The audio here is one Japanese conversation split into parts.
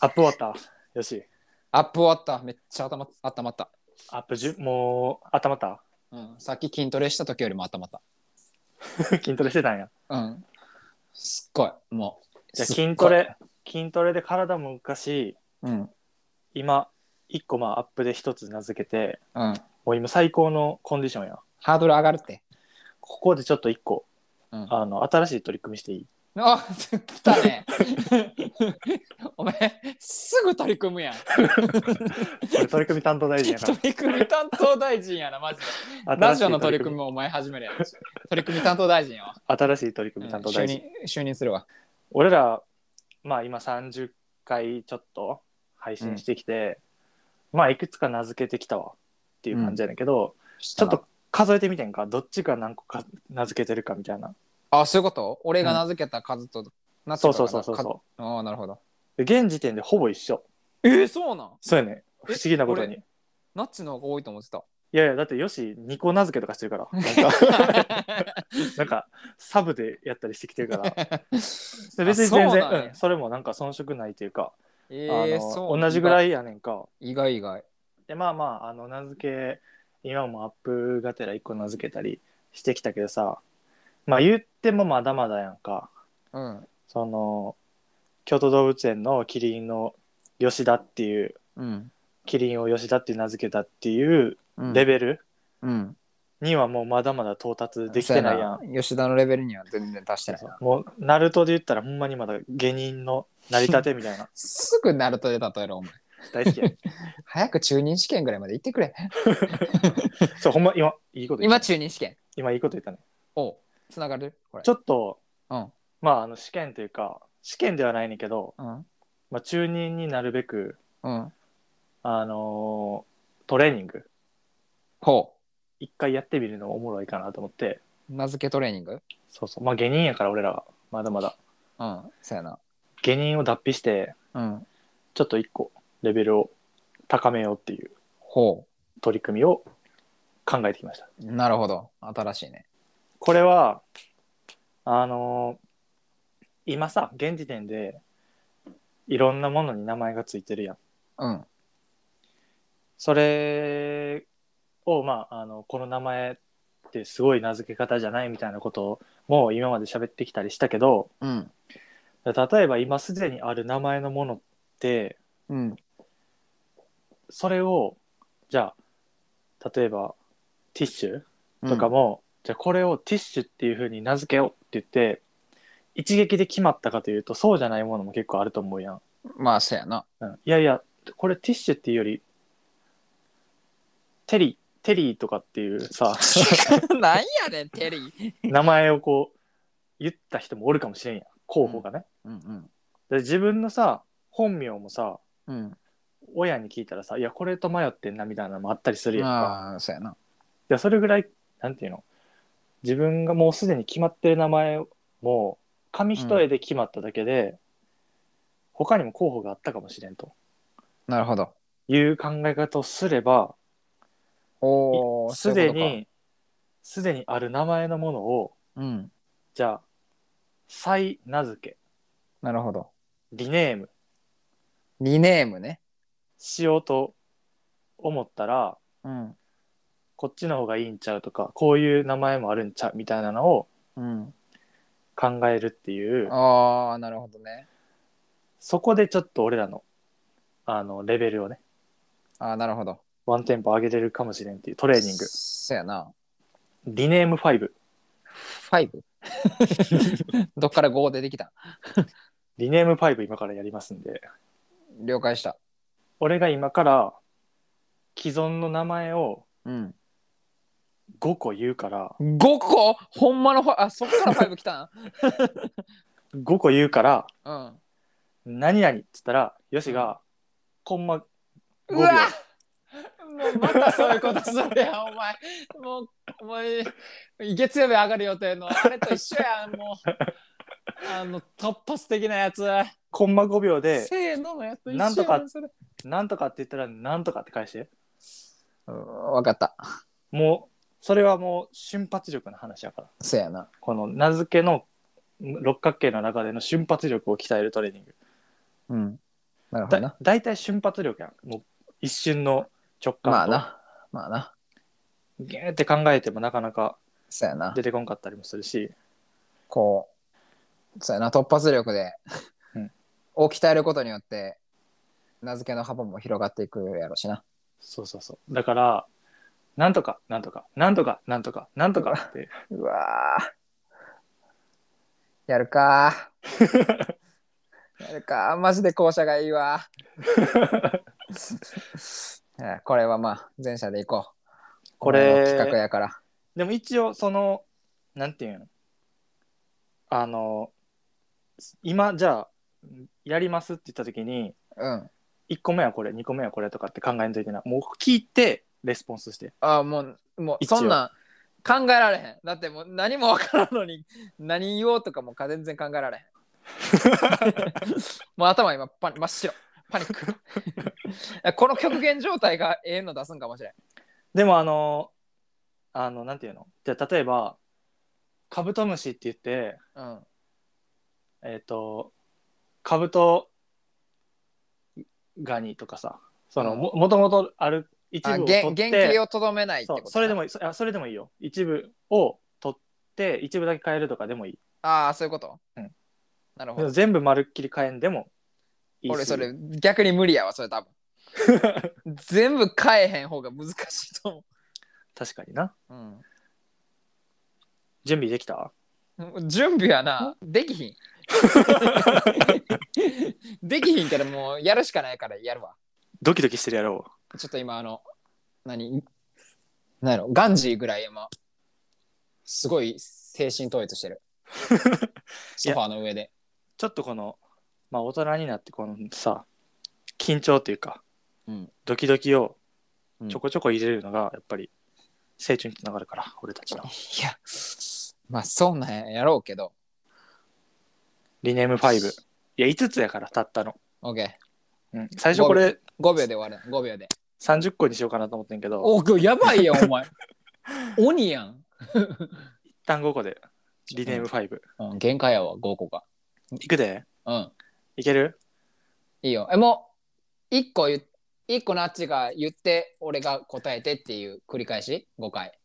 アップ終わったよし。アップ終わった。めっちゃ頭、頭まった。アップじゅ、もう、頭たうん。さっき筋トレした時よりも頭まっ 筋トレしてたんや。た。うん。すっごい。もう。じゃあすっごい筋ト。レ、筋トレで体も昔、うん。今、一個まあアップで一つ名付けて、うん。もう今最高のコンディションや。ハードル上がるって。ここでちょっと一個、うん。あの、新しい取り組み していいあ、来たね。 お前、すぐ取り組むやん。俺取り組み担当大臣やから取。り組み担当大臣やな、マジで。ラジオの取り組みもお前始めるやん。取り組み担当大臣よ。新しい取りう組んみ担当就大臣、任、就任するわ。俺らまあ今30回ちょっと配信してきて、まあいくつか名付けてきたわっていう感じやねんけど、ちちょっと、数えてみてんかどっちが何個か名付けてるかみたいなあ、そういうこと俺が名付けた数と、なってそたうそうかそうらそうかそああ、なるほど。う現時点でほぼ一緒えー、そうなんそうやね不思議なことにえナッチの方が多いと思ってた。いやいやだってよし2個名付けとかしてる からなんかなんかサブでやったりしてきてるからで別に全そう然なうんんやそれもなんか遜色ないというか、えあー、そのう同じぐらい。いやねんか、意外意外。でまあまああの名付け今もアップがてら1個名付けたりしてきたけどさまあ言ってもまだまだやんかうん。その京都動物園のキリンの吉田っていううん。キリンを吉田って名付けたっていううんレベルうん。にはもうまだまだ到達できてないやん。そうな吉田のレベルには全然達してない。もうナルトで言ったらほんまにまだ下人の成り立てみたい なすぐナルトで例えろ、お前。大好きや早く中任試験ぐらいまで行ってくれ。そうほんま今いいこと言っ今、た中任試験。今いいこと言ったねおうつながるこれ。ちょっと、うんまああの試験というか試験ではないねんけど、うん。まあ、中任になるべく、うん。あのートレーニングほ一回やってみるのもおもろいかなと思ってう。名付けトレーニングそうそうまあ下人やから俺らはまだまだうん。そうやな。下人を脱皮してうん。ちょっと一個レベルを高めようっていうほ取り組みを考えてきましたう。なるほど。新しいね。これはあのー今さ現時点でいろんなものに名前がついてるやんうん。それをまああのこの名前ってすごい名付け方じゃないみたいなことも今まで喋ってきたりしたけどうん。例えば今すでにある名前のものってうん。それをじゃあ例えばティッシュとかも、じゃあこれをティッシュっていうふうに名付けようって言って一撃で決まったかというとそうじゃないものも結構あると思うやん。うん。まあ、そうやな。 うんいやいやこれティッシュっていうよりテリテリーとかっていう さなんやねん、テリー。名前をこう言った人もおるかもしれんやん候補がね、うんで自分のさ本名もさうん。うん。親に聞いたらさ「いやこれと迷ってんな」みたいなのもあったりするやんかああ、そうやな。でそれぐらいなんていうの自分がもうすでに決まってる名前も紙一重で決まっただけで、他にも候補があったかもしれんとなるほど。いう考え方をすればおお、すでそういうにすでにある名前のものをことか。うん。じゃあ再名付けなるほど。リネームリネームね。しようと思ったらうん。こっちの方がいいんちゃうとかこういう名前もあるんちゃうみたいなのをうん。考えるっていうああ、なるほどね。そこでちょっと俺らのあのレベルをねああ、なるほど。ワンテンポ上げれるかもしれんっていうトレーニングそうやな。リネーム5 5? どっから5出てきたリネーム5今からやりますんで了解した。俺が今から既存の名前をうん。 5個言うから5個ほんまのファあ、そっから5来た5個言うからん何々っつったらよしがコンマう5ん。秒うわもうまたそういうことするやん、お前。もう、もう、月曜日上がる予定の、あれと一緒やん、もう。あの、突発的なやつ。コンマ5秒でせーののやつ一緒やなんとかそれなんとかって言ったらなんとかって返してうんわかった。もうそれはもう瞬発力の話やからそうやな。この名付けの六角形の中での瞬発力を鍛えるトレーニングうん。なるほどだな。大体瞬発力やんもう一瞬の直感とまあな。まあな。ゲーって考えてもなかなかそうやな出。てこんかったりもするしこう、そうやな、突発力で うん、を鍛えることによって、名付けの幅も広がっていくやろうしな。そうそうそうだからなんとかなんとかなんとかなんとかなんとかってうわーやるか ーやるかーマジで校舎がいいわ ーいやこれはまあ前者でいこうこお前れの企画やからでも一応そのなんていうんあの今じゃあやりますって言った時にうん1個目はこれ2個目はこれとかって考えんといけないもう聞いてレスポンスしてああもうもう一応そんなん考えられへんだってもう何も分からんのに 何言おうとかもか全然考えられへん もう頭今パニ真っ白パニック この極限状態がええの出すんかもしれんでもあのあのなんていうのじゃあ例えばカブトムシって言ってうんえっ、とカブトガニとかさそのももともとある一あ部をげ取んって原型をとどめないってそこうとかそれでもいいそあそれでもいいよ一部を取って一部だけ変えるとかでもいいああそういうこと、うんなるほでもど全部まるっきり変えんでもいいし俺それ逆に無理やわそ れ多分全部変えへん方が難しいと思確かになう、準備できたうん、準備はなできひん できひんけどもうやるしかないからやるわドキドキしてるやろちょっと今あの何何やろガンジーぐらい今すごい精神統一して るソファーの上でちょっとこのまあ大人になってこのさ緊張というか、うんドキドキをうんちょこちょこ入れるのがやっぱり成長につながるから俺たちのいやまあそうなんやろうけどリネーム5いや5つやからたったの、オッケうん、最初これー。5秒で終わる。5秒で。 30個にしようかなと思ってんけどおお、やばいやん、お前。 鬼やん。一旦5個でリネーム5、うん、限界やわ、5個か。いくでうん。いけるいいよ。え、もう、1個言っ、一個のあっちが言って、俺が答えてっていう繰り返し ?5 回。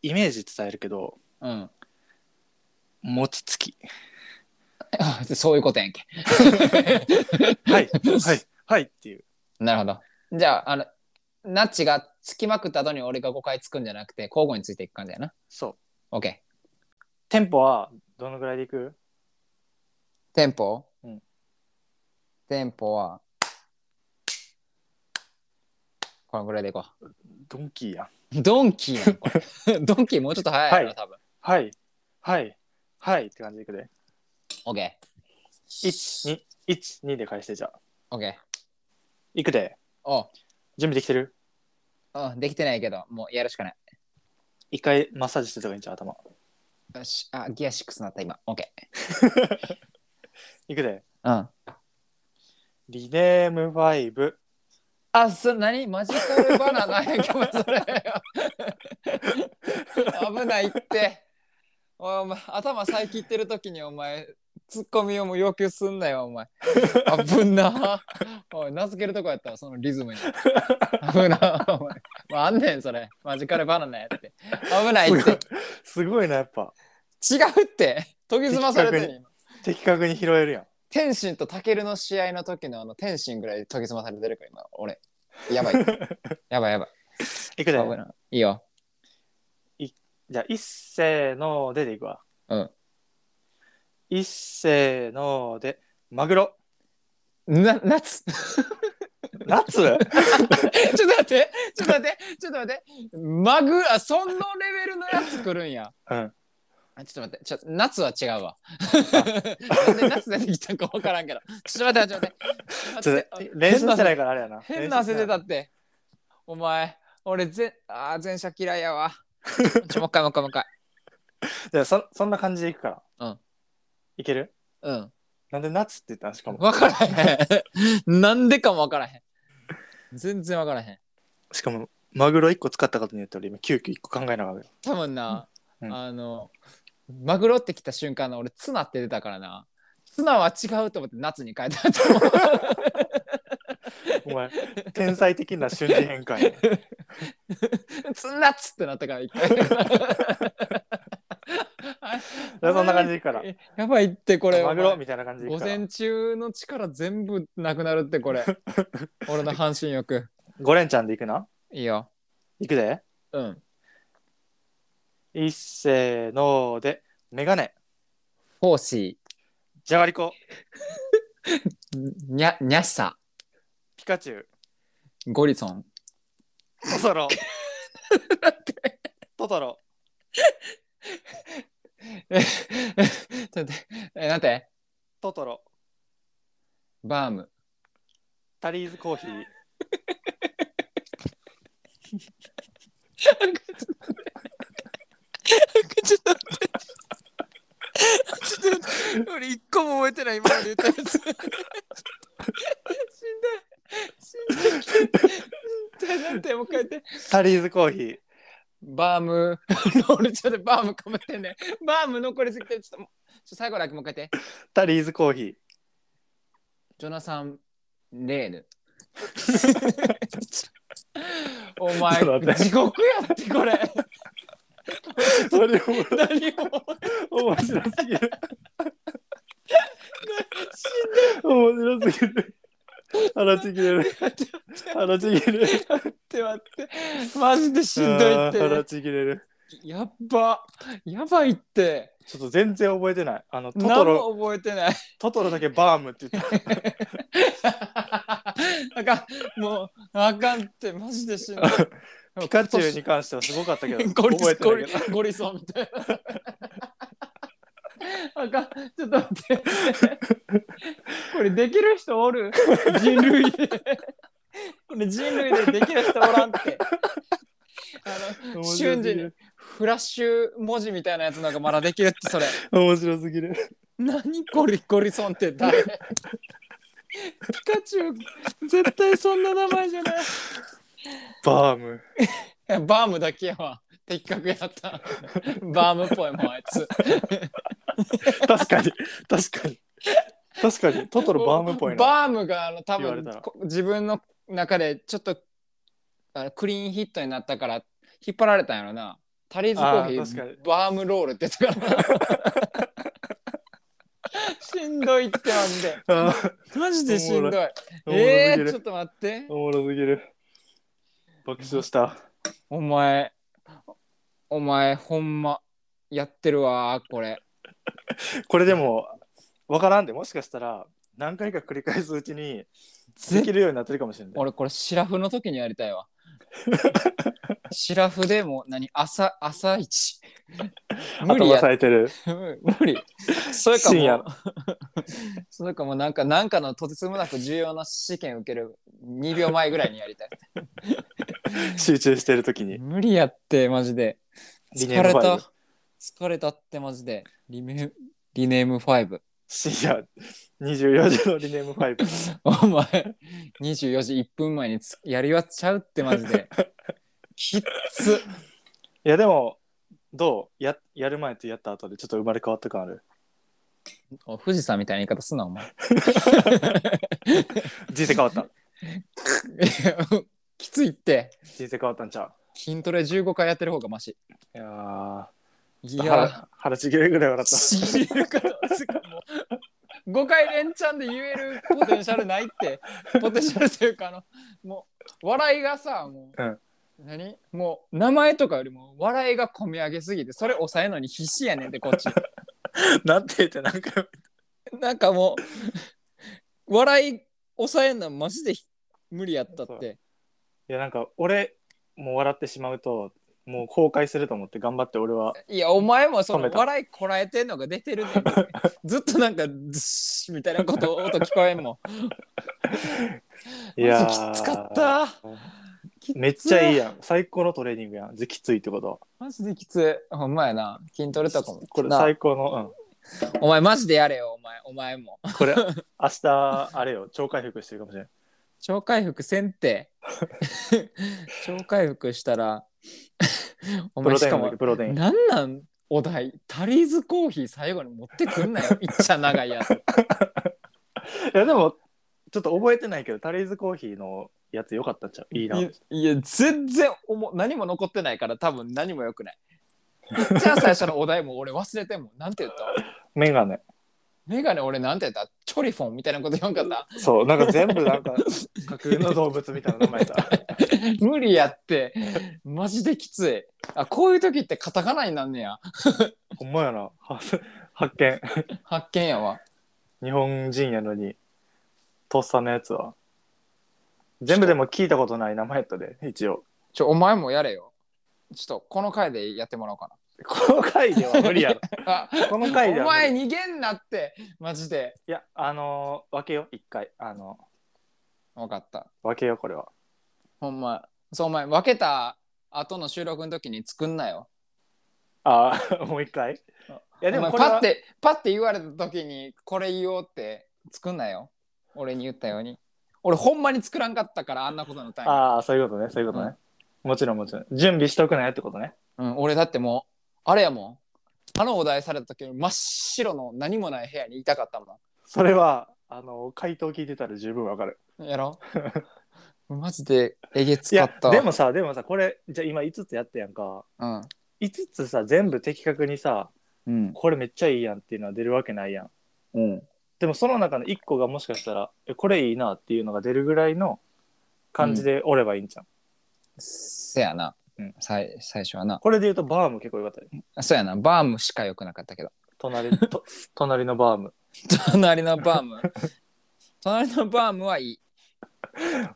イメージ伝えるけどうん。 餅つきそういうことやんけ。はいはい はいっていうなるほど。じゃあ、あの、ナッチがつきまくった後に俺が5回つくんじゃなくて、交互についていく感じやな。そうオッケー。テンポはどのぐらいでいくテンポうんテンポは、このぐらいでいこう。ドンキーやんドンキーやんこれドンキーもうちょっと早いやろ、は多分。はいはいはいって感じでいくでオッケ12で返してじゃあー。オッケー。いくでおう準備できてるうん、できてないけど、もうやるしかない。一回マッサージしてた方がいいんちゃう頭よし、あ、ギア6になった今。オッケいくでー。うん。リネーム5あ、それ何マジカルバナナやけど、それ。危ないって。おいお前、頭さえ切ってる時にお前、ツッコミをもう要求すんなよ、お前。危んな。おい、名付けるとこやったわ、そのリズムに。危な、お前。まあ、あんねん、それ。マジカルバナナやって。危ないって。すごい なやっぱ違うって研ぎ澄まされてる今的確に拾えるやん天心とタケルの試合の時のあの天心ぐらい研ぎ澄まされてるから今俺や ばいやばいやばいいくで危ないいいよじゃあ一せーのででいくわうん一せーのでマグ ロな夏 ち夏ょっと待ってちょっと待ってちょっと待ってマグあそのレベルのやつ来るんやうんあちょっと待ってちょ夏は違うわなんで夏出てきたんか分からんけどちょっと待ってちょっとちょ待っってと待って練習してないからあれやな変な汗出練た習してって。お前、俺ぜ、あー前者嫌いやわ。ちょ、もう一回もう一回もう一回。ないじゃあそそんな感じでいくからうんいけるうん。なんで夏って言ったんしかも分からへん。なんでかも分からへん。全然分からへん。しかもマグロ1個使ったことによって俺今急遽1個考えながら多分な、うんあのマグロって来た瞬間の俺ツナって出たからなツナは違うと思って夏に変えたと思う お前天才的な瞬時変換やツナっつってなったから一回な そんな感じでいくからえやばいってこれマグロみたいな感じでい午くから前中の力全部なくなるって これ俺の半身浴5連チャンでいくないいよいくでうんいっせーのでメガネフォーシじゃがりこーにゃにゃしさピカチュウゴリソントト ロトトロえ ちょっと待ってえなんてトトロバームタリーズコーヒーちょっと待って。ちょっと待って。 俺一個も覚えてない今まで言ったやつ。しんどい。しんどい。なんてもう一回言って。タリーズコーヒーバーム。 俺ちょっとバームかぶってんね。バーム残りすぎてる。ちょっともうちょっと最後だけもう一回言って。タリーズコーヒージョナサン・レーヌ。お前ちょっと待って地獄やってこれ。それ何を。面白すぎる し面白すぎる腹ちぎれる腹ちぎれるって待って。マジでしんどいあっー腹て。ちぎれるやっば。やばいって。ちょっと全然覚えてないあのトト何ロも覚えてない。トトロだけバームって言って あかん。もう、あかんって、マジでしん どい。 ピカチュウに関してはすごかった けどゴリ覚えてゴないリけどゴリソンみたいな。 あかん。ちょっと待って。これできる人おる人類で。これ人類でできる人おらんって。あの、面白すぎる瞬時にフラッシュ文字みたいなやつなんかまだできるってそれ。面白すぎる何ゴリゴリソンって誰 ピカチュウ絶対そんな名前じゃないいバームや バームだけやわ的確やったバームっぽいもんあいつ 確かに確かに確かにトトロバームっぽいなバームがあの多言われ分たらこ自分の中でちょっとあのクリーンヒットになったから引っ張られたんやろなタリーズコーヒあー確かーバームロールって言ってたから なしんどいってマジであマジでしんどいーえおもろすぎー、ちょっると待っておもろすぎる爆笑したお前、お前、ほんま、やってるわ、これ。これでもわからんでもしかしたら何回か繰り返すうちにできるようになってるかもしれない俺、これ、シラフの時にやりた いわ。シラフでも、何、朝、朝一。無理頭や、冴えてる 無理。それか深夜もう、それかもう、なんか、なんかのとてつもなく重要な試験受ける2秒前ぐらいにや りたい。集中してる時に無理やって、マジで。リ疲ネームれファイブた。疲れたって、マジで。リメ、リネーム5。深夜24時のリネーム5 お前、24時1分前につやりはちゃうってマ ジで。きっつ。いやでもどうややる前とやった後でちょっと生まれ変わった感あるお富士山みたいな言い方すんな、お前。人生変わったいや きついって。人生変わったんちゃ筋トレ15回やってる方がマシ。ういやーいちょっとや、腹腹ちぎれるぐらい笑っちぎること5回連チャンで言えるポテンシャルないって。ポテンシャルというか、あの、もう、笑いがさ、もう、うん何もう、名前とかよりも、笑いが込み上げすぎて、それ抑えるのに必死やねんって、こっち。た なんて言ってなんか なんかもう笑い抑えんのマジで無理やったっていやなんか俺もう笑ってしまうともう崩壊すると思って頑張って俺はいやお前もそ止のめた笑いこらえてんのが出てる ねんずっとなんかズッシュみたいなこと音聞こえんもんいやマジきつかったきつめっちゃいいやん最高のトレーニングやんじゃあきついってことマジできついほんまやな筋トレとかもこれな最高の、お前マジでやれよお前お前もうん、これ明日あれよ超回復してるかもしれん超回復せんて 超回復し たらおプ前ロテしイかンだもけプロテインなんなんお題タリーズコーヒー最後に持ってくんなよいっちゃ長いやついやでもちょっと覚えてないけどタリーズコーヒーのやつ良かったんちゃういいないやいや全然おも何も残ってないから多分何も よくないいっちゃん最初のお題も俺忘れてんもんなんて言ったメガネメガネ俺なんて言ったチョリフォンみたいなこと言わんか ったそうなんか全部なん か架空の動物みたいな名 前さ無理やってマジできついあこういう時ってカタカナになんねやほんまやなは発見発見やわ日本人やのにとっさのやつは全部でも聞いたことない名前やったで一応ちょお前もやれよちょっとこの回でやってもらおうかこの回では無理やろなあ このお回では無理前逃げんなってマジでいやあのー分けよう一回あの分かった分けようこれはほんまそうお前分けた後の収録の時に作んなよあ ーもう一回いやでもおこれ前パはッてパッて言われた時にこれ言おうって作んなよ俺に言ったように俺ほんまに作らんかったからあんなことになったんやああそういうことねそういうことね、もちろんもちろん準備しとくなよってことねうん、俺だってもうあれやもんあのお題された時に真っ白の何もない部屋にいたかったもそれはあの回答聞いてたら十分わかるんやろ マジでえげついかやったでもさでもさこれじゃあ今5つやったやんかうん5つさ全部的確にさうんこれめっちゃいいやんっていうのは出るわけないやんうんでもその中の1個がもしかしたらえこれいいなっていうのが出るぐらいの感じでおればいいんじゃん、せやな、うん最最初はなこれで言うとバーム結構良かったよあそうやなバームしか良くなかったけど 隣と隣のバーム隣のバーム隣のバームはいい、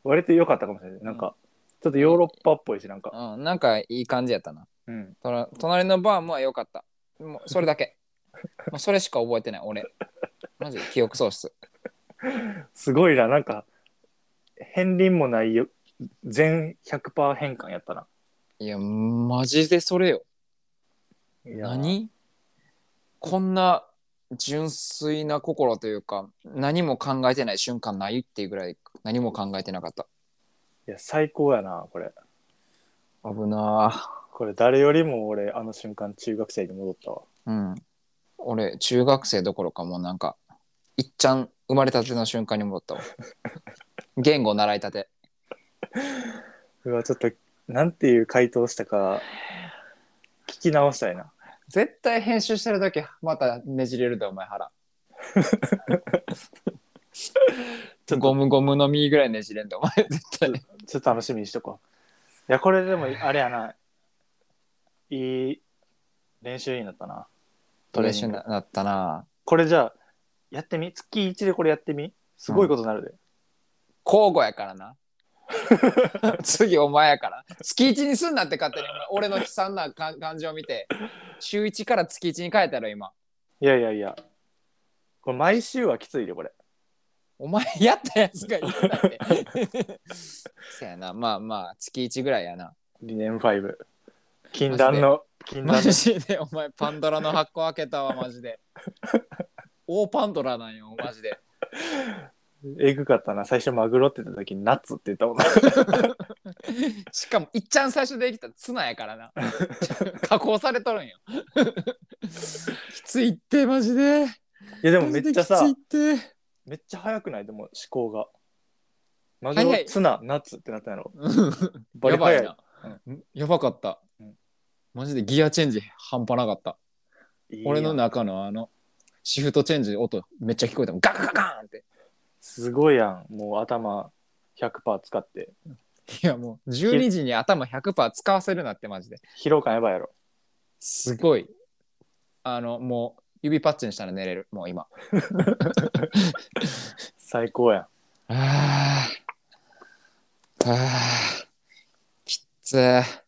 割と良かったかもしれないなんかちょっとヨーロッパっぽいしなんか、うん、なんかいい感じやったなうん、とら隣のバームは良かったもうそれだけもうそれしか覚えてない俺マジで記憶喪失すごいななんか片鱗もないよ全100%変換やったないやマジでそれよいや何こんな純粋な心というか何も考えてない瞬間ないっていうぐらい何も考えてなかったいや最高やなこれ危なこれ誰よりも俺あの瞬間中学生に戻ったわあうん俺中学生どころかもうなんかいっちゃん生まれたての瞬間に戻ったわ言語習いたてうわちょっとなんていう回答したか聞き直したいな絶対編集してる時またねじれるでお前腹 ちょっとゴムゴムの実ぐらいねじれんでお前絶対ちょっと楽しみにしとこういやこれでもあれやないい練習になったなトレー練ニン習グになったなこれじゃあやってみ月1でこれやってみすごいことになるで、交互やからな 次お前やから月一にすんなって勝手にお前俺の悲惨なか感じを見て週一から月一に変えたろ今いやいやいやこれ毎週はきついでこれお前やったやつが言うなって そやなまあまあ月一ぐらいやな理念5禁断の禁マ断のジでお前パンドラの箱開けたわマジで 大パンドラなんよマジでえぐかったな最初マグロって言った時にナッツって言ったもんなしかもいっちゃん最初できたツナやからな 加工されとるんよ きついってマジでいやでもめっちゃさマジできついってめっちゃ早くないでも思考がマグロ、早いツナナッツってなったんやろうんバリやば早いいな、やばかった、うんマジでギアチェンジ半端なかったいいやん俺の中のあのシフトチェンジ音めっちゃ聞こえたもんガカガカーンってすごいやんもう頭100%使っていやもう12時に頭100%使わせるなってマジで疲労感やばいやろすごいあのもう指パッチンしたら寝れるもう今最高やんあーあーきっつー